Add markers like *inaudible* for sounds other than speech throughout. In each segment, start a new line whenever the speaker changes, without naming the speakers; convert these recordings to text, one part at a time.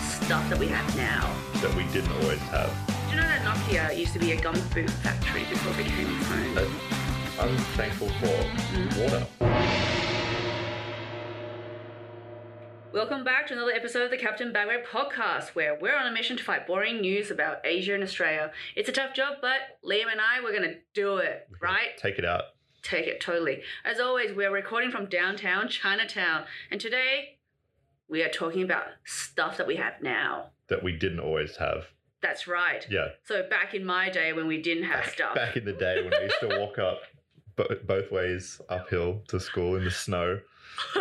stuff that we have now.
that we didn't always have.
Do you know that Nokia used to be a gum boot factory before it became a phone?
But I'm thankful
Mm-hmm.
for water.
Welcome back to another episode of the Captain Bagware podcast, where we're on a mission to fight boring news about Asia and Australia. It's a tough job, but Liam and I, we're going to do it,
*laughs*
right?
Take it out.
Take it totally. As always, we're recording from downtown Chinatown, and today we are talking about stuff that we have now.
That we didn't always have.
That's right.
Yeah.
So, back in my day when we didn't have stuff,
Back in the day when we used to walk up bo- both ways uphill to school in the snow,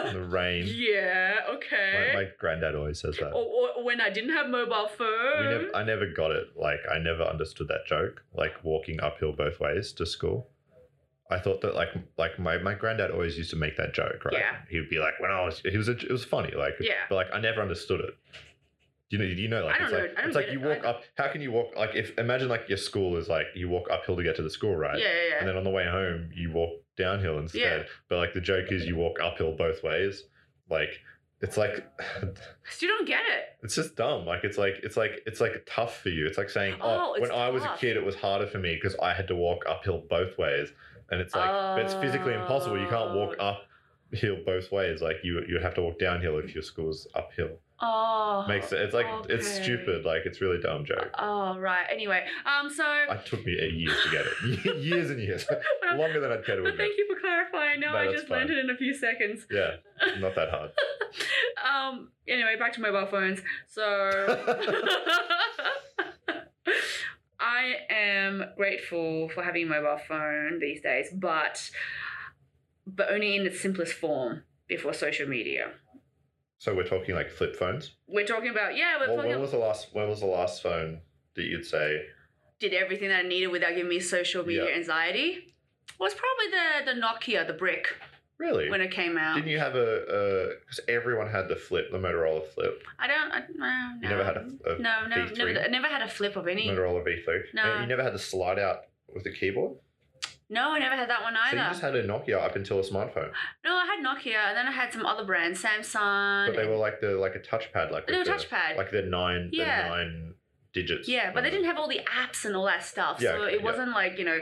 in the
*laughs*
rain.
yeah, okay.
My, my granddad always says that.
or, or when I didn't have mobile
We
phone.
never, I never got it. Like, I never understood that joke. Like walking uphill both ways to school. I thought that like like my, my granddad always used to make that joke, right?
Yeah.
He would be like, when I was, he was a, it was funny, like,
Yeah.
But like, I never understood it. You know, you know, like
I don't
it's
know.
like
I don't
it's like
get
you
it. I
walk up. How can you walk like if imagine like your school is like you walk uphill to get to the school, right?
Yeah, yeah, yeah.
And then on the way home, you walk downhill instead.
Yeah.
But like the joke is you walk uphill both ways. Like it's like *laughs*
So you don't get it.
it's just dumb. Like it's like it's like it's like tough for you. It's like saying,
Oh,
oh,
it's
when I was a
tough.
kid, it was harder for me because I had to walk uphill both ways, and it's like, but it's physically impossible. You can't walk
Oh.
uphill both ways. Like you you would have to walk downhill if your school's uphill.
Oh.
Makes it. It's like it's
okay.
stupid. Like it's really dumb joke.
Oh right. Anyway, um. So,
It took me years to get it. *laughs* years and years, longer than I'd care
*laughs*
to
but
admit.
thank you for clarifying. Now
No,
I
that's
just learned
fine.
it in a few seconds.
Yeah, not that hard.
Um. Anyway, back to mobile phones. So, *laughs* I am grateful for having a mobile phone these days, but but only in its simplest form before social media.
So we're talking like flip phones.
We're talking about yeah. We're
Well,
talking
when was the last? When was the last phone that you'd say?
did everything that I needed without giving me social media
Yeah.
anxiety was probably the the Nokia, the brick,
Really?
when it came out.
Didn't you have a? Because everyone had the flip, the Motorola flip.
I don't. I, no,
You never had a, a
no, no,
V3?
never, I never had a flip of any.
Motorola V3.
No.
And you never had the slide out with the keyboard.
No, I never had that one
So you
either.
just had a Nokia up until a smartphone,
no, I had Nokia, and then I had some other brands, Samsung.
but they
and-
were like the like a touchpad, like
They were
with the-
touchpad.
like the nine,
Yeah.
the nine digits.
yeah, but they didn't have all the apps and all that stuff,
Yeah,
so
okay,
it
yeah.
wasn't like you know,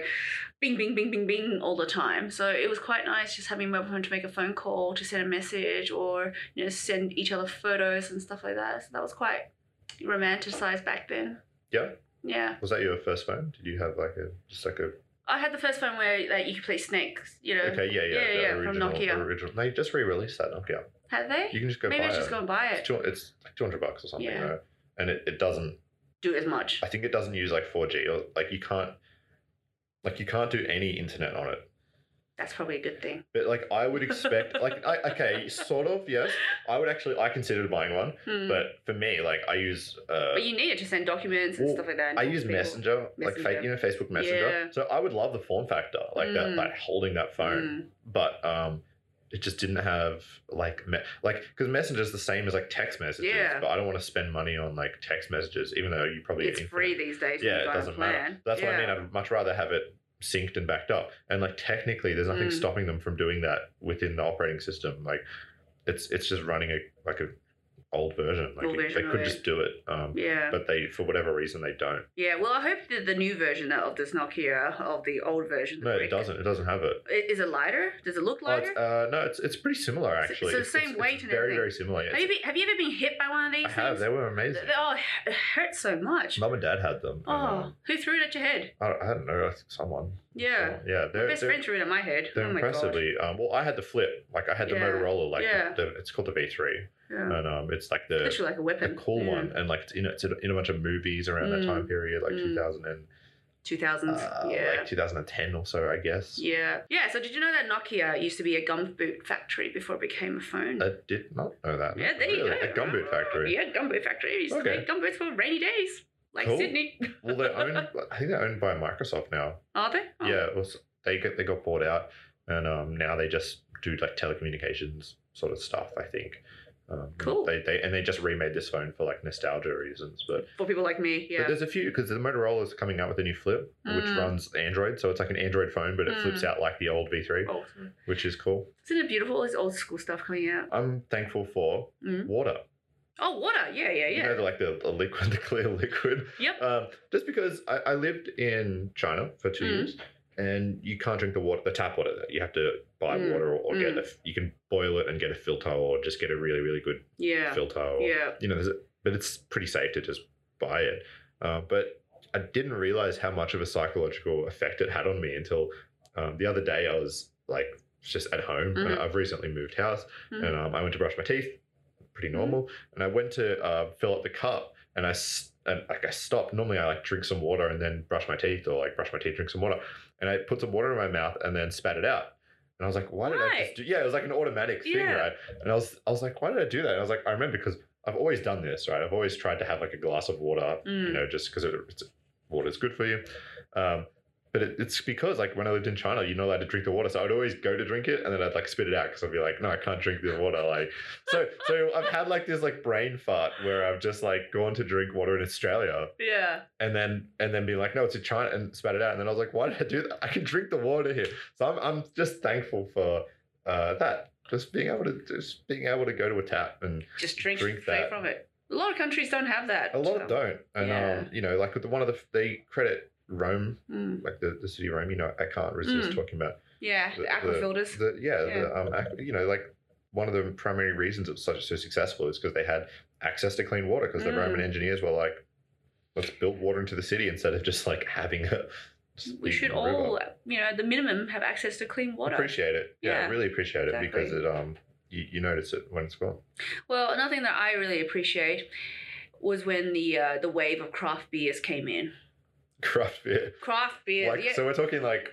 bing, bing, bing, bing, bing all the time. So it was quite nice just having mobile phone to make a phone call, to send a message, or you know, send each other photos and stuff like that. So that was quite romanticized back then.
Yeah.
Yeah.
Was that your first phone? Did you have like a just like a
I had the first phone where like you could play snakes, you know.
okay yeah yeah
yeah,
the
yeah, from
original,
Nokia.
original they just re-released that Nokia
Have they?
you can just go
Maybe
buy
I should
it
just go and buy
it's,
it.
two, it's like two hundred bucks or something
Yeah.
though. and it, it doesn't
Do as much.
I think it doesn't use like 4G or like you can't like you can't do any internet on it.
That's probably a good thing.
But like I would expect
*laughs*
like I okay, sort of, yes. I would actually I considered buying one,
Hmm.
but for me like I use uh
But you need it to send documents and
Well,
stuff like that. and
I
talk to
use
people.
Messenger, like
Messenger.
fa- you know Facebook Messenger.
Yeah.
So I would love the form factor, like that
Mm.
like holding that phone.
Mm.
But um it just didn't have like me- like because Messenger's the same as like text messages,
Yeah.
but I don't want to spend money on like text messages even though you probably
It's
infinite.
free these days. when
Yeah,
you
it
buy a
doesn't matter.
plan.
That's what
Yeah.
I mean. I'd much rather have it synced and backed up. And like technically, there's nothing
Mm.
stopping them from doing that within the operating system. Like it's it's just running a like a old version. Like
Old
it-
version
they
of
could
it.
just do it. Um,
Yeah.
But they, for whatever reason, they don't.
Yeah. Well, I hope that the new version of this Nokia, of the old version, the
No, it
brick-
doesn't. It doesn't have it.
I- Is it lighter? Does it look
Oh, it's,
lighter?
uh, no, it's it's pretty similar
It's-
actually.
it's the same
it's,
weight and
It's very
everything.
very similar.
have, you
It's,
been, have you ever been hit by one of these
I have.
things?
They were amazing.
They- oh, it hurts so much.
Mum and Dad had them. and,
Oh,
um,
who threw it at your head?
I, don't, I don't know. I think someone.
Yeah.
someone- yeah.
My
They're,
best
they're,
friend threw it at my head.
they're
oh my god.
impressively. Um, well, I had the flip. Like I had the
Yeah.
Motorola. Like
Yeah.
the, it's called the V3.
Yeah.
and um, it's like the
Literally like a
the
weapon.
cool
Yeah.
one, and like it's in, it's in in a bunch of movies around
Mm.
that time period, like
Mm.
2000 and
2000s.
uh,
yeah.
like 2010 or so, I guess.
yeah. Yeah. So did you know that Nokia used to be a gum boot factory before it became a phone?
I did not know that.
yeah, there you
Uh, Really?
go.
A gumboot factory.
Yeah, gumboot factory. It used to
Okay.
make gumboot for rainy days, like
Cool.
Sydney.
well,
*laughs*
they're owned. I think they're owned by Microsoft now.
Are they? Oh.
Yeah, it was, they get they got bought out, and um, now they just do like telecommunications sort of stuff. I think. Um,
Cool.
They, they and they just remade this phone for like nostalgia reasons, but
For people like me.
But
Yeah.
there's a few because the Motorola is coming out with a new flip,
Mm.
which runs Android, so it's like an Android phone, but it flips
Mm.
out like the old V3,
Oh, sorry.
which is cool.
Isn't it beautiful? All this old school stuff coming out.
I'm thankful for
Mm.
water.
Oh, water. Yeah, yeah, yeah.
You know, the- like the, the liquid, *laughs* the clear liquid.
Yep.
Um, just because I, I lived in China for two
Mm.
years, and you can't drink the water, the tap water. there. You have to buy
Mm.
water or, or get
Mm.
a. You can boil it and get a filter, or just get a really, really good
yeah.
filter. Or,
Yeah.
You know, there's a, but it's pretty safe to just buy it. Uh, but I didn't realize how much of a psychological effect it had on me until um, the other day. I was like just at home.
Mhm.
And I've recently moved house,
Mhm.
and um, I went to brush my teeth, pretty
Mhm.
normal. And I went to uh, fill up the cup, and I s- and like I stopped. Normally, I like drink some water and then brush my teeth, or like brush my teeth, drink some water, and I put some water in my mouth and then spat it out. And I was like, why did I
Right.
just do? Yeah, it was like an automatic thing,
Yeah.
right? And I was I was like, why did I do that? And I was like, I remember because I've always done this, right? I've always tried to have like a glass of water, you
Mm.
know, just because it, it's water's good for you. Um, but it, it's because like when I lived in China, you're not allowed to drink the water, so I'd always go to drink it and then I'd like spit it out because I'd be like, no, I can't drink the water. Like, so so I've had like this like brain fart where I've just like gone to drink water in Australia
Yeah.
and then and then being like, no, it's in China and spat it out. And then I was like, why did I do that? I can drink the water here. So I'm I'm just thankful for uh, that. Just being able to just being able to go to a tap and
Just drink,
Drink
straight
that.
from it. A lot of countries don't have that.
a lot of don't. And
Yeah.
um, you know, like with the, one of the they credit Rome,
Mm.
like the, the city of Rome, you know, I can't resist
Mm.
talking about
Yeah.
The-
The, aqua
the-
filters.
the yeah,
Yeah.
The, um, ac- you know, like one of the primary reasons it was such so successful is because they had access to clean water because the
Mm.
Roman engineers were like, let's build water into the city instead of just like having a just
we
big
should
river."
all, you know, at the minimum, have access to clean water.
Appreciate it. Yeah, I
Yeah,
really appreciate it because
exactly.
it um you, you notice it when it's gone. *laughs*
Well, another thing that I really appreciate was when the uh, the wave of craft beers came in.
Craft beer.
Craft beer,
like
yeah,
so we're talking like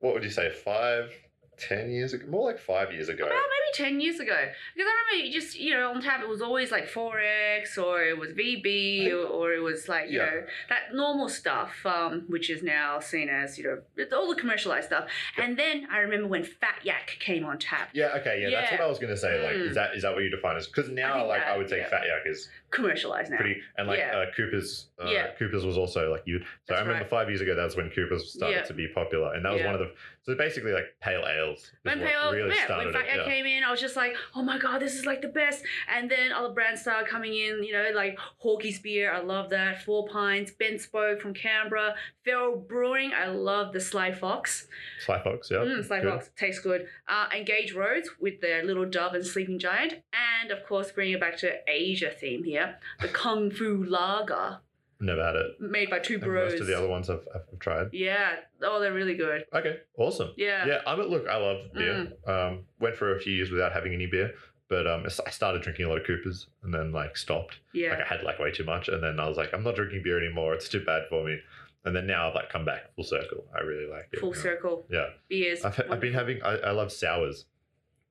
what would you say, five, ten years ago? More like five years ago.
about maybe ten years ago. Because I remember you just you know on tap it was always like Forex or it was VB or, or it was like you
Yeah.
know that normal stuff, um, which is now seen as you know it's all the commercialized stuff. And then I remember when Fat Yak came on tap,
Yeah, okay, yeah, that's
Yeah.
what I was gonna say. Like,
Mm.
is that is that what you define as? Because now,
think
like, I
that,
would say
yeah.
fat yak is
commercialized now.
pretty, and like
Yeah.
uh, Cooper's, uh,
Yeah.
Cooper's was also like you. So I
That's
remember
right.
five years ago, that's when Cooper's started
Yeah.
to be popular, and that was
Yeah.
one of the. So basically, like pale ales. is
When
what
Pale, yeah, when
started
Fat
it,
Yak
yeah.
came in, I was just like, oh my god, this is like the best. And then other brands started coming in, you know, like Hawkeye's Beer, I love that. Four Pines, Ben Spoke from Canberra, Feral Brewing, I love the Sly Fox.
Sly Fox, yeah.
Mm, Sly
good.
Fox, tastes good. Uh, Engage Roads with their Little Dove and Sleeping Giant. And of course, bringing it back to Asia theme here, the Kung Fu Lager,
Never had it.
made by two
And
bros.
most of the other ones I've, I've tried.
yeah, oh, they're really good.
Okay, awesome.
Yeah. Mm.
Yeah, I'm a, look. I love beer. Um, went for a few years without having any beer, but um, I started drinking a lot of Coopers and then like stopped.
yeah.
Like I had like way too much, and then I was like, I'm not drinking beer anymore. It's too bad for me. And then now I've like come back full circle. I really like it.
Full
now.
circle
Yeah,
beers.
I've, I've been having. I, I love sours.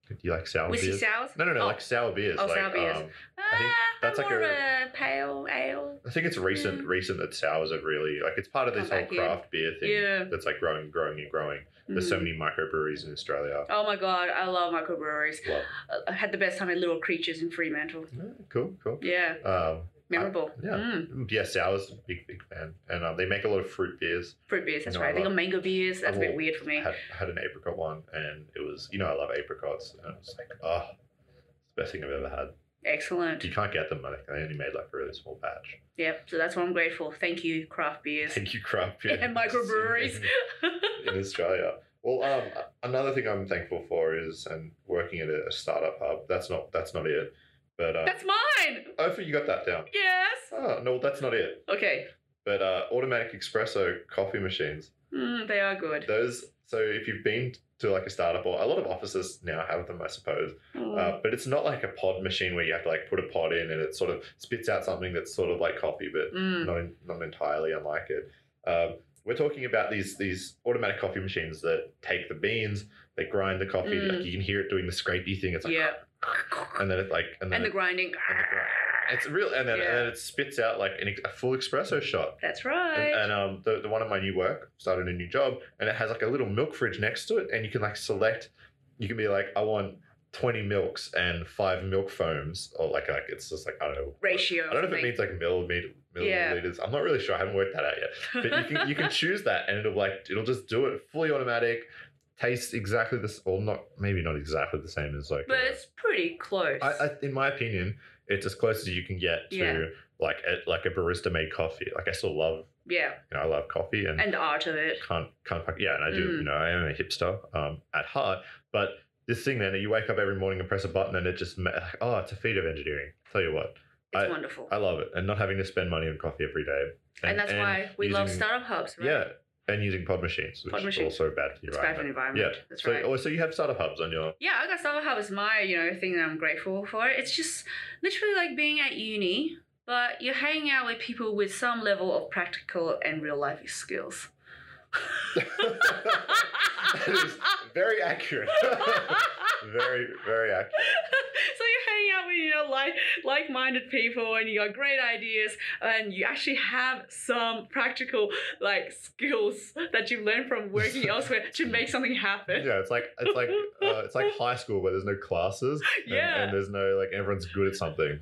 Do you like sour
Whiskey
beers?
sours?
no, no, no,
Oh.
like sour beers.
Oh,
like,
sour beers.
Um,
Ah,
think that's
I'm
like
more of a pale ale.
I think it's recent.
Mm.
Recent that sours have really like it's part of
Come
this whole
back in.
craft beer thing
Yeah.
that's like growing, growing, and growing. There's so
Mm.
many microbreweries in Australia.
Oh my god, I love microbreweries.
Love.
I had the best time at Little Creatures in Fremantle.
Yeah, cool, cool.
Yeah,
Um,
memorable.
yeah.
Mm.
yeah, sours, big, big fan, and um, they make a lot of fruit beers.
Fruit beers, that's
No, I
right. They
love-
got mango beers. That's a bit
love-
weird for
I
me.
had, I had an apricot one, and it was you know I love apricots, and it was like oh, it's the best thing I've ever had.
Excellent.
You can't get them. I think they only made like a really small batch.
Yep, so that's what I'm grateful. Thank you, craft beers.
Thank you, craft *laughs* beer.
And microbreweries.
in Australia. Well, um, another thing I'm thankful for is and working at a, a startup hub. That's not that's not it, but uh,
that's mine!
I think you got that down.
Yes!
Oh no, that's not it.
Okay.
But uh, automatic espresso coffee machines.
Mm, they are good.
Those. So if you've been to like a startup or a lot of offices now have them, I suppose.
Mm.
Uh, but it's not like a pod machine where you have to like put a pod in and it sort of spits out something that's sort of like coffee, but
Mm.
not in, not entirely unlike it. Um, we're talking about these these automatic coffee machines that take the beans, they grind the coffee.
Mm.
Like you can hear it doing the scrapey thing. It's like, uh,
yeah.
and then it like, and then
And the
it-
grinding.
it's real, and then and then
Yeah.
it spits out like an, ex- a full espresso shot.
That's
And,
right.
and um, the, the one at my new work started a new job, and it has like a little milk fridge next to it, and you can like select. You can be like, I want twenty milks and five milk foams, or like like it's just like I don't know
Ratio.
uh, I don't know if it
something.
means like mill, mil-
Yeah.
milliliters. I'm
*laughs*
not really sure. I haven't worked that out yet. But you can you can choose that, and it'll like it'll just do it fully automatic, tastes exactly this, or not maybe not exactly the same as like.
But
uh,
it's pretty close.
I, I, in my opinion, it's as close as you can get to
Yeah.
like a, like a barista made coffee. Like I still love,
yeah,
you know, I love coffee and,
and the art of it.
can't can't fuck yeah. And I do,
Mm.
you know, I am a hipster um, at heart. But this thing then, you wake up every morning and press a button, and it just ma- oh, it's a feat of engineering. Tell you what,
It's
I-
wonderful.
I love it, and not having to spend money on coffee every day.
and, that's why we love
using-
startup hubs, right?
Yeah, and using pod machines, which
Pod machines.
is also bad for your
It's bad for the
environment.
environment.
Yeah.
That's
So,
right.
oh, so you have startup hubs
*laughs*
on your *laughs*
yeah, I got Startup Hub as my, you know, thing that I'm grateful for. It's just literally like being at uni, but you're hanging out with people with some level of practical and real life skills. *laughs*
That is very accurate. *laughs* very, very accurate.
so you're hanging out with you know like like-minded people and you got great ideas and you actually have some practical like skills that you've learned from working
*laughs*
elsewhere to make something happen
Yeah, it's like it's like uh, it's like high school where there's no
*laughs*
classes. and-
Yeah.
And, there's no like everyone's good
*laughs*
at something.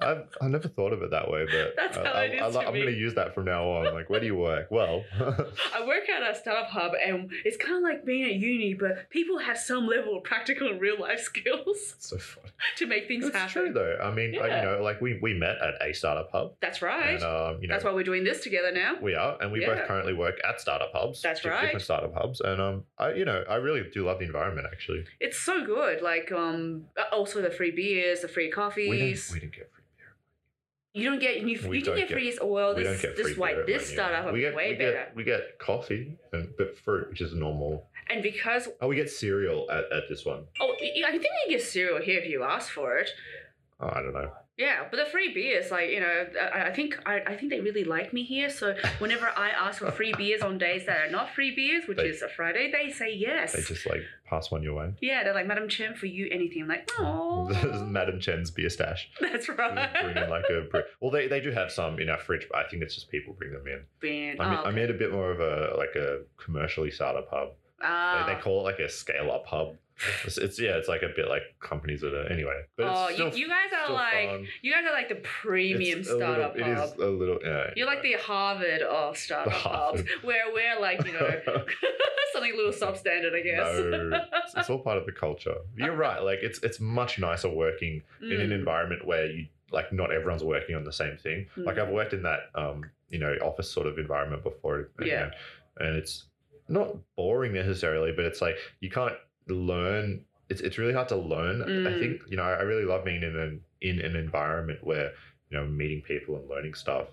I've I never thought of it that way, but
That's
I,
how
I,
it is
I,
to
am going to
me.
use that from now on. Like, where do you work? Well, *laughs*
I work at a startup hub and it's kind of like being at uni, but people have some level of practical and real life *laughs* skills
so fun.
to make things
It's
happen.
true though. I mean, I-
Yeah.
you know, like we we met at a startup hub,
That's right.
and um, you know,
That's why we're doing this together now.
We are, and we both
Yeah.
currently work at startup hubs.
That's
di-
right.
Different startup hubs, and um, I you know I really do love the environment. Actually,
It's so good. Like, um, also the free beers, the free coffees.
we didn't, we didn't get free beer.
you don't get you,
We
you
don't
can get,
get-
free as well. Oh,
we
This
don't get free
this white
beer. at
this
Menu.
startup hub
we
is
get,
way
we
better.
Get, we get coffee and but fruit, which is normal.
and because
Oh, we get cereal at, at this one.
oh, yeah, I think you get cereal here if you ask for it.
Oh, I don't know.
Yeah, but the free beers, like you know, I, I think I, I think they really like me here.
*laughs*
So whenever I ask for free beers on days that are not free beers, which
They-
is a Friday, they say yes.
They just like pass one your way.
yeah, they're like Madam Chen for you anything. I'm like,
*laughs* this is
oh,
Madam Chen's beer stash.
*laughs* that's
They just Bring in
right.
like a bri- well, they, they do have some in our fridge, but I think it's just people bring them in.
*laughs* Bean.
I'm,
oh,
I'm in a bit more of a like a commercially startup hub.
ah.
They, they call it like a scale up hub. It's, it's yeah, it's like a bit like companies that are anyway. But it's
Oh,
still,
you, you guys are
still
like
fun.
you guys are like the premium
It's a little-
startup hub.
It is a little. Yeah,
You're like the Harvard of startup hubs,
Harvard.
where we're like you
*laughs*
know *laughs* something a little substandard, I guess.
No, it's,
*laughs*
it's all part of the culture. You're right. Like it's it's much nicer working in an
Mm.
environment where you like not everyone's working on the same thing. Like
Mm.
I've worked in that um, you know, office sort of environment before. you
Yeah.
know, and it's not boring necessarily, but it's like you can't learn it's it's really hard to learn. I
Mm.
think, you know, I really love being in an in an environment where, you know, meeting people and learning stuff.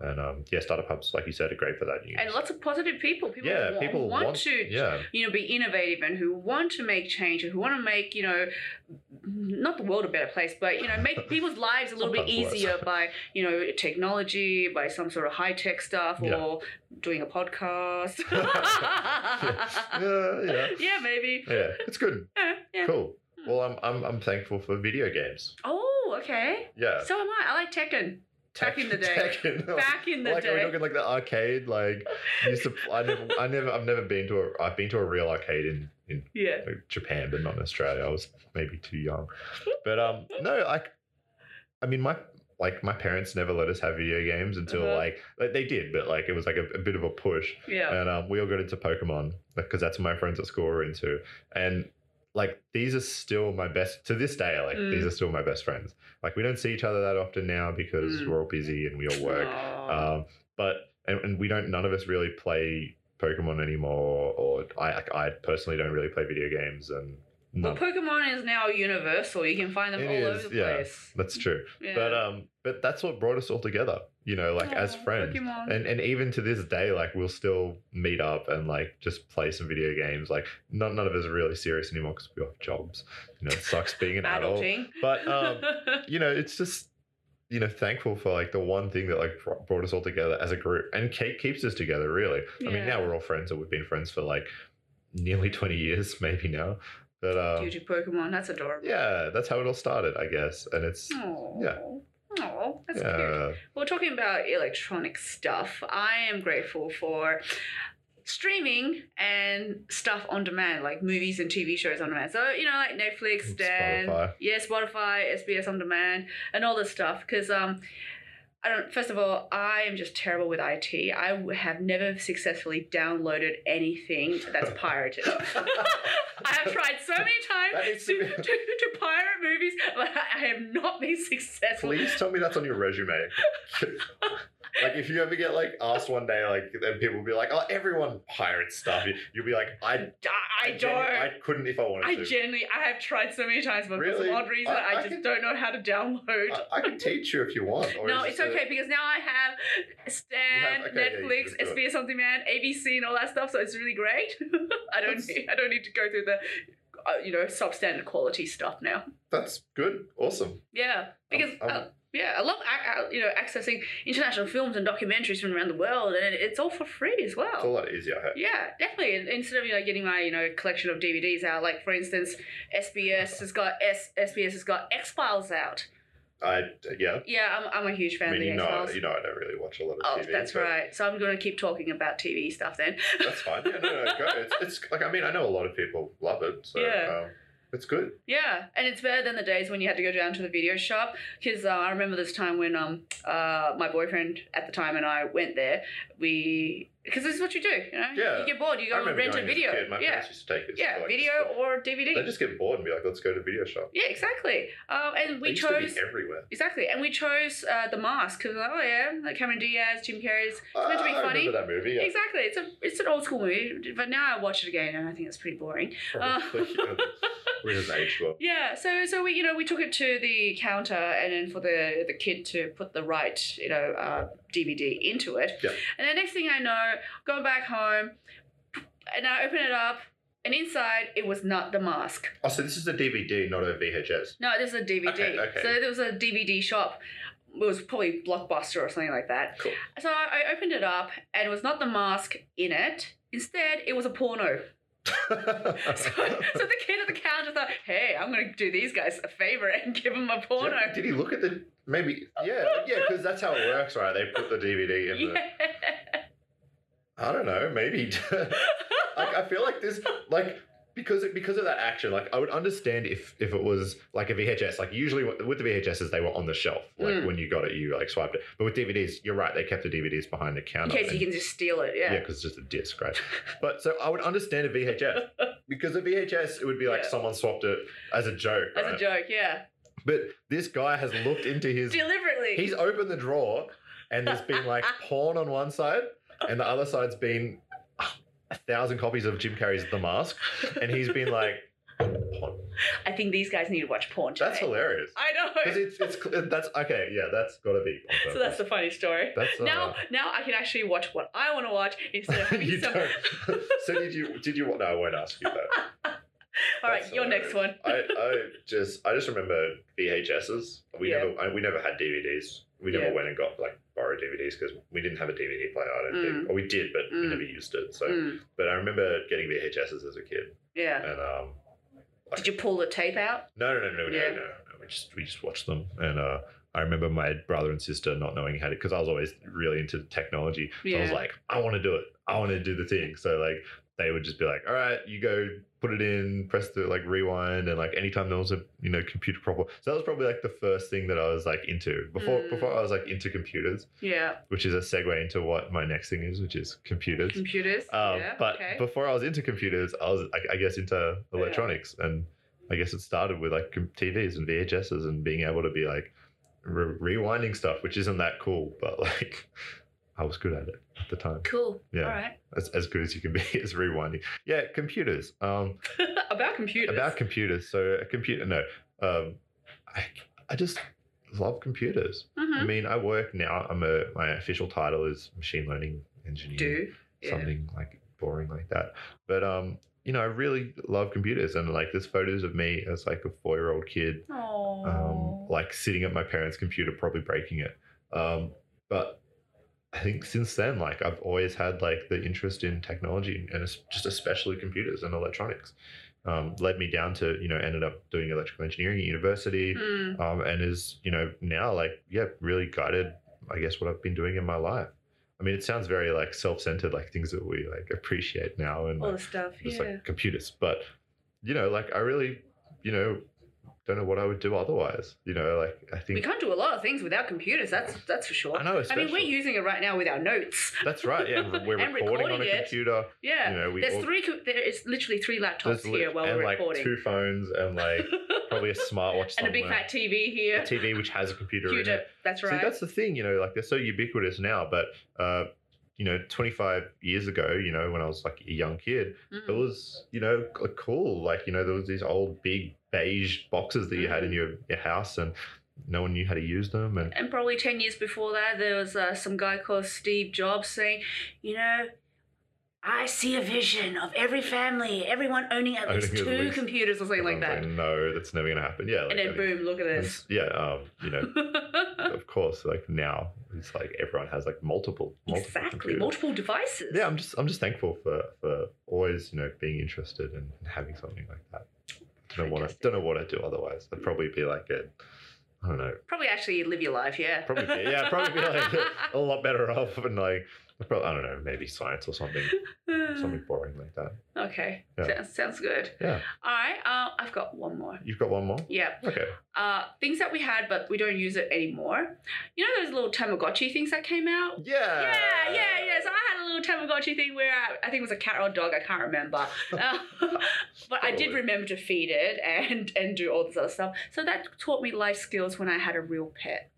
And um yeah, startup hubs, like you said, are great for that. You can
and
just-
lots of positive people. People
yeah,
wa-
people
want, to
yeah.
*laughs*
*laughs*
you know be innovative and who want to make change and who want to make you know not the world a better place, but you know
*laughs*
make people's lives a little bit
Sometimes worse.
easier by you know technology, by some sort of high tech stuff,
Yeah.
or doing a
*laughs*
podcast. *laughs* yeah.
yeah, yeah.
maybe.
Yeah. It's good.
Yeah, yeah. Hmm.
Cool. Well, I'm, I'm I'm thankful for video games.
Oh, okay.
Yeah.
So am I. I like Tekken. Back in the day.
Tekken.
Back in the
like are we
day.
talking like the arcade? Like used to, I never, I never, I've never been to a, I've been to a real arcade in in
Yeah.
like, Japan, but not in Australia. I was maybe too young. But um, no, like, I mean, my like my parents never let us have video games until
Uh-huh.
like, like they did, but like it was like a, a bit of a push.
Yeah.
and um, we all got into Pokemon because that's what my friends at school were into. And like these are still my best to this day. Like
Mm.
these are still my best friends. Like we don't see each other that often now because
Mm.
we're all busy and we all work.
Aw.
Um, but and, and we don't. None of us really play Pokemon anymore. Or I like, I personally don't really play video games and.
well,
None.
Pokemon is now universal. You can find them
It
all
is,
over the
yeah.
place.
That's true,
Yeah.
but um, but that's what brought us all together, you know, like as
Aw,
friends.
Pokemon.
and and even to this day like we'll still meet up and like just play some video games like none, none of us are really serious anymore because we all have jobs you know it sucks being
*laughs*
an adult
Adulting.
but um
*laughs*
you know it's just you know thankful for like the one thing that like br- brought us all together as a group and ke- keeps us together really i mean now
Yeah.
we're all friends and we've been friends for like nearly 20 years *laughs* maybe now but um
Due to Pokemon, that's adorable.
yeah that's how it all started i guess and it's
Aw.
Yeah.
Aw, that's cute.
yeah
Well, talking about electronic stuff, I am grateful for streaming and stuff on demand, like movies and TV shows on demand. So, you know, like Netflix,
And
Stan,
Spotify.
yeah, Spotify, SBS on demand, and all this stuff. Because um, I don't. First of all, I am just terrible with IT. I w- have never successfully downloaded anything that's
*laughs*
pirated. I have tried so many
That
times
needs
to,
to
to,
be-
to pirate movies, but I have not been successful.
Please tell me that's on your
*laughs*
resume. like if you ever get like asked one day, like and people will be like, "Oh, everyone pirates stuff," you- you'll be like, "I,
I, I
genu-
don't.
I
I,
couldn't if I wanted to."
genuinely, I have tried so many times, but for
Really?
some odd reason,
I-
I,
I
just
can-
don't know how to download.
I, I can teach you if you want. or
no,
is
it's
this a-
okay because now I have Stan,
You have- okay, yeah, you
Netflix,
just do it.
SBS Something Man, ABC, and all that stuff. So it's really great. *laughs* I don't
That's-
need, I don't need to go through the uh, you know substandard quality stuff now.
that's good. Awesome.
Yeah, because
I'm-
uh, yeah, I love ac- uh, you know accessing international films and documentaries from around the world, and it- it's all for free as well.
It's a lot easier. hey?
Yeah, definitely. And Instead of you know getting my you know collection of DVDs out, like for instance, SBS has got S- SBS has got X Files out.
I yeah.
Yeah, I'm, I'm a huge fan
I mean,
of the
you
X
know,
Files.
you know, I don't really watch a lot of
Oh,
TV.
that's
so
right. So I'm going to keep talking about TV stuff then.
That's fine. Yeah,
*laughs*
no, no, go. It's, it's like I mean, I know a lot of people love it, so
Yeah.
um, it's good.
Yeah, and it's better than the days when you had to go down to the video shop because uh, I remember this time when um uh my boyfriend at the time and I went there. We because this is what you do, you know.
Yeah.
You get bored, you
I
go and
remember
rent a
going as
video.
kid, My
yeah.
parents used to take us.
Yeah,
to, like,
video
just-
or
They
DVD.
just get bored and be like, "Let's go to video shop."
Yeah, exactly. Um, and
They
we
used to be
chose.
everywhere.
Exactly, and we chose uh, the mask because oh yeah, like Cameron Diaz, Jim Carrey's. It's meant to be
I
funny.
remember that movie. Yeah.
Exactly, it's a it's an old school movie, but now I watch it again and I think it's pretty boring. *laughs*
Probably, *laughs*
Uh,
yeah. We're just age well.
Yeah, so so we you know we took it to the counter and then for the the kid to put the right you know uh, DVD into it.
Yeah.
And the next thing I know, go back home, and I open it up, and inside it was not the mask.
Oh, so this is a DVD, not a VHS.
No, this is a DVD.
Okay, okay.
So there was a DVD shop. It was probably Blockbuster or something like that.
Cool.
So I, I opened it up, and it was not the mask in it. Instead, it was a porno. *laughs* *laughs* So,
*laughs*
so the kid at the counter thought, "Hey, I'm gonna do these guys a favor and *laughs* give them a porno."
Yeah, Did he look at the maybe? Yeah, yeah, because that's how it works, right? They put the DVD in the.
Yeah.
*laughs* I don't know. Maybe. *laughs* like I feel like this, like because because of that action, like I would understand if if it was like a VHS. Like usually with the VHSs, they were on the shelf. Like
Mm.
when you got it, you like swiped it. But with DVDs, you're right. They kept the DVDs behind the
In
counter.
case you
and-
can just steal it,
yeah,
yeah.
because it's just a disc, right? *laughs* But so I would understand a
*laughs*
VHS because a VHS it would be like
Yeah.
someone swapped it as a joke,
As
right?
a joke, yeah.
But this guy has looked into his.
Deliberately. *laughs*
He's opened the drawer, and there's been like porn on one side, and the other side's been ah, a thousand copies of Jim Carrey's The Mask, and he's been like, *laughs* porn.
I think these guys need to watch porn.
"That's
today.
hilarious."
I
Because
know.
it's it's cl- that's okay. Yeah, that's gotta be.
*laughs*
on
So that's
purpose.
the funny story.
That's, uh,
now, now I can actually watch what I want to watch instead of having *laughs*
*laughs* you
some.
don't. so did you? Did you? No, I won't ask you that.
All right,
That's
your next one.
I, I just I just remember VHSs. We
Yeah.
never I, we never had DVDs. We never
Yeah.
went and got like borrowed DVDs because we didn't have a DVD player. I don't think, or we did, but we
Mm.
never used it. So,
Mm,
but I remember getting VHSs as a kid,
yeah.
and um,
Did you pull the tape out?
no, no, no, no, no,
Yeah.
no, no, We just we just watched them, and uh, I remember my brother and sister not knowing how to because I was always really into technology. So I was
Yeah.
like, I want to do it. I want to do the thing. So like they would just be like, all right, you go put it in, press the like rewind, and like anytime there was a you know computer problem. So that was probably like the first thing that I was like into before
Mm.
before I was like into computers,
Yeah.
which is a segue into what my next thing is, which is computers.
Computers.
Um,
yeah.
but
okay.
before I was into computers, I was, I, I guess, into
Yeah.
electronics, and I guess it started with like com- TVs and VHSs and being able to be like re- rewinding stuff, which isn't that cool, but *laughs* like I was good at it at the time.
cool.
Yeah,
All right.
as, as good as you can be *laughs* is rewinding. Yeah, computers. Um,
about computers.
about computers. So a computer. No, um, I, I just love computers. I
Mhm.
mean, I work now. I'm a my official title is machine learning engineer
Do. Yeah.
something like boring like that. But um, you know, I really love computers and like there's photos of me as like a four year old kid,
Aww.
um, like sitting at my parents' computer, probably breaking it. Um, but I think since then, like I've always had like the interest in technology and es- just especially computers and electronics. Um, led me down to you know ended up doing electrical engineering at university
Mm,
um, and is you know now like yeah really guided i guess what i've been doing in my life i mean it sounds very like self-centered like things that we like appreciate now and
all
like,
the stuff.
just
Yeah.
like computers but you know like i really you know don't know what I would do otherwise. You know, like I
We
think
can't do a lot of things without computers. That's that's for sure.
I know.
I mean, we're
especially-
using it right now with our notes.
that's right. Yeah, we're
*laughs* and
recording, on a
recording it.
computer.
Yeah.
You know, we all-
There's three. co- There is literally three laptops
there's lit-
here while
and
we're
like
recording, *laughs*
two phones and like probably a smartwatch
and
somewhere.
a big fat TV
A
here.
TV which has a computer
Huge.
in it.
That's right.
See, that's the thing, you know, like they're so ubiquitous now, but uh, you know, 25 years ago, you know, when I was like a young kid,
Mm.
it was, you know, c- cool. Like, you know, there was these old big beige boxes that you had in
Mm-hmm.
your, your house and no one knew how to use them. And
and probably 10 years before that there was uh, some guy called steve jobs saying you know i see a vision of every family everyone owning at least
Owning at
two
least-
computers or something like that
everyone's no, that's never going to happen. Yeah. Like,
and
I
then
mean,
boom look at
it's-
this
Yeah. Um,
*laughs*
you know, of course, like now it's like everyone has like multiple, multiple
exactly
computers.
multiple devices
yeah, I'm just I'm just thankful for for always you know being interested and having something like that. Don't know what I,
Fantastic.
don't know what I would do otherwise. I'd probably be like a, I don't know,
probably actually live your life yeah
probably be, yeah, I'd probably be
*laughs*
like a, lot better off and like probably, I don't know, maybe science or something, something boring like that.
okay
Yeah.
sounds, sounds good
Yeah,
all right uh, i've got one more
you've got one more.
yeah
Okay,
uh, things that we had but we don't use it anymore you know those little tamagotchi things that came out
yeah,
Yeah, yeah, yeah. So I had a little Tamagotchi thing where I, I think it was a cat or a dog. I can't
*laughs*
remember, Uh, but I did
Probably.
remember to feed it and and do all this other stuff. So that taught me life skills when I had a real pet.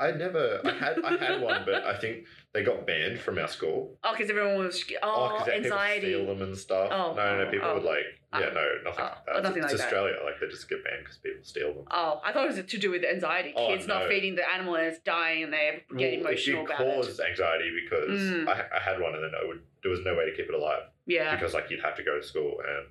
I never, I had, I had one, but I think they got banned from our school.
Oh, because everyone was oh,
that
anxiety.
people steal them and stuff.
Oh,
no, no,
oh,
people
oh.
would like, yeah,
Oh.
no, nothing
Oh,
like
oh,
that.
nothing
it's
like that.
Australia, like they just get banned because people steal them.
Oh, I thought it was to do with anxiety.
Oh,
Kids not
no.
feeding the animal and it's dying and they
Well,
get emotional
it
about
did
it.
cause anxiety because
Mm.
I, I had one and then I would, there was no way to keep it alive
Yeah.
because like you'd have to go to school and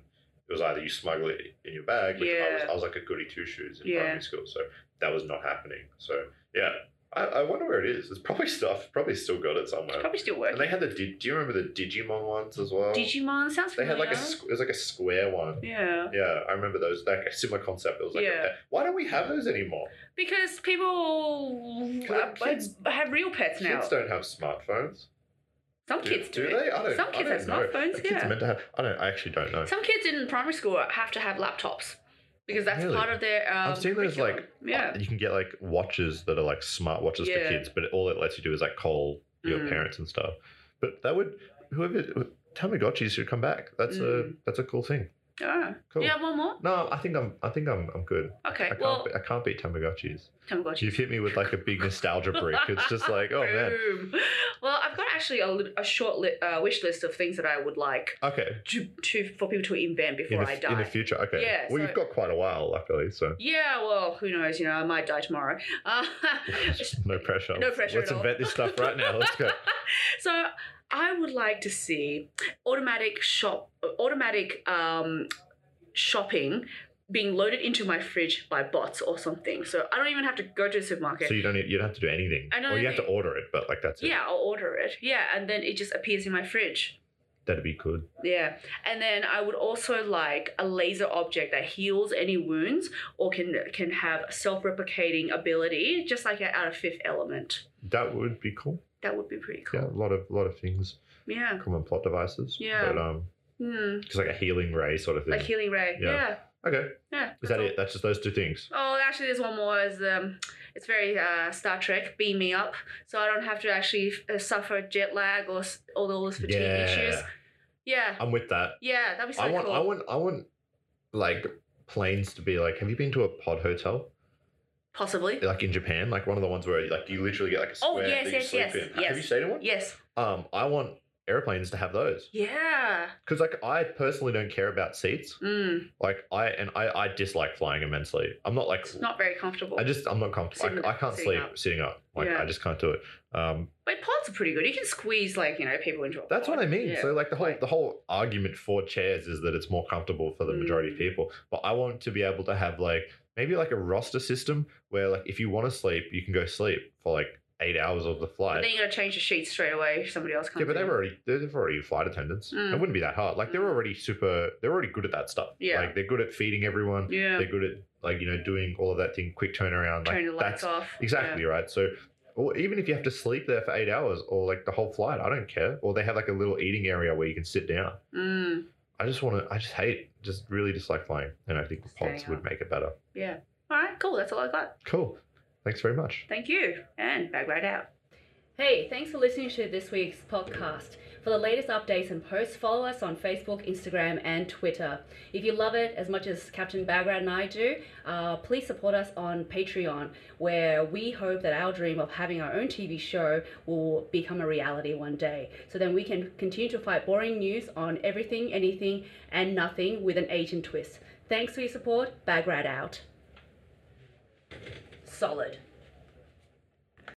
it was either you smuggle it in your bag which I, was,
Yeah.
I was like a goody two shoes in
Yeah.
primary school so that was not happening so yeah I, I wonder where it is it's probably stuff probably still got it somewhere
Probably still
and they
working.
had the Di- do you remember the Digimon ones as well
Digimon sounds
they
familiar.
had like a squ- it was like a square one
yeah.
yeah I remember those like a similar concept it was like a
Yeah.
pet. why don't we have those anymore
Because people uh,
Because kids-
have real pets now.
kids don't have smartphones
Some
do,
kids do.
they I don't
Some
I
kids
don't
have
know.
smartphones,
Kids
yeah.
are meant to have. I don't. I actually don't know.
Some kids in primary school have to have laptops because that's
Really?
part of their. Um,
I've seen those, like,
curriculum. yeah.
You can get like watches that are like smart watches
Yeah.
for kids, but all it lets you do is like call your
Mm.
parents and stuff. But that would whoever Tamagotchis should come back. That's a
Mm.
that's a cool thing.
Oh.
Cool.
Do you have one more?
No, I think I'm I think I'm I'm good. I
Okay.
can't
Well,
be, I can't beat Tamagotchis.
Tamagotchi.
You've hit me with like a big nostalgia *laughs* break. It's just like oh
*laughs*
man.
Boom. Well, I've got actually a, li- a short li- uh, wish list of things that I would like
Okay.
to, to for people to invent
In
before
the,
I
f- in the
die.
future, okay.
Yeah,
well,
so-
you've got quite a while,
*laughs*
luckily, so *laughs*
Yeah. Well, who knows? You know, I might die tomorrow. Uh, *laughs*
no pressure.
No pressure
Let's
at all.
invent this stuff right now. Let's go.
so I would like to see automatic shop, automatic um, shopping being loaded into my fridge by bots or something. So I don't even have to go to the supermarket.
So you don't need- you don't have to do anything,
I don't
or you have
think-
to order it, but like that's it.
yeah, I'll order it. Yeah, and then it just appears in my fridge.
That'd be good.
Yeah, and then I would also like a laser object that heals any wounds or can can have self-replicating ability, just like out of Fifth Element.
That would be cool.
That would be pretty
Yeah,
cool.
a lot of lot of things,
Yeah.
common plot devices.
Yeah.
but um,
Hmm.
just like a healing ray sort of thing.
Like healing ray.
Yeah.
Yeah.
okay,
Yeah.
is
that's
that
all.
it? That's just those two things.
Oh, actually, there's one more. Is um, it's very uh, Star Trek. Beam me up, so I don't have to actually uh, suffer jet lag or s- all those fatigue issues. Yeah,
I'm with that.
yeah, that'd be so
I want,
cool.
I want, I want, like planes to be like. Have you been to a pod hotel
Possibly.
like in Japan? Like one of the ones where like you literally get like a square
Oh, yes,
that you
yes,
sleep
yes,
in. Ha- Have
yes.
you stayed in one?
Yes.
Um, I want airplanes to have those
Yeah.
because like I personally don't care about seats.
Mm.
Like I and I, I dislike flying immensely. I'm not like
It's not very comfortable.
I just I'm not comfortable.
Sitting-
I, I can't
sitting
sleep
up.
sitting up. Like
Yeah.
I just can't do it. Um,
But pods are pretty good. You can squeeze like you know people into a.
that's
pod.
what I mean.
Yeah.
So like the whole the whole argument for chairs is that it's more comfortable for the majority of
Mm.
people. But I want to be able to have like maybe like a roster system where like if you want to sleep, you can go sleep for like eight hours of the
but
flight.
then you gotta change the sheets straight away if somebody else comes.
yeah, but they're
in.
already they're, they're already flight attendants.
Mm.
It wouldn't be that hard. Like they're
Mm.
already super. They're already good at that stuff.
Yeah.
like they're good at feeding everyone.
Yeah.
They're good at like you know doing all of that thing, quick turnaround. Like
Turn the lights
that's
off.
Exactly right. So, or even if you have to sleep there for eight hours or like the whole flight, I don't care. Or they have like a little eating area where you can sit down.
Yeah. Mm.
I I just want to. I just hate. Just really dislike flying, and I think the
Staying
pods would
up.
make it better.
Yeah. All right, cool. That's all I got.
Cool. Thanks very much.
Thank you. And bag right out.
Hey, thanks for listening to this week's podcast. For the latest updates and posts, follow us on Facebook, Instagram, and Twitter. If you love it as much as Captain Bagrat and I do, uh, please support us on Patreon, where we hope that our dream of having our own TV show will become a reality one day. So then we can continue to fight boring news on everything, anything, and nothing with an Asian twist. Thanks for your support. Bagrat out. Solid.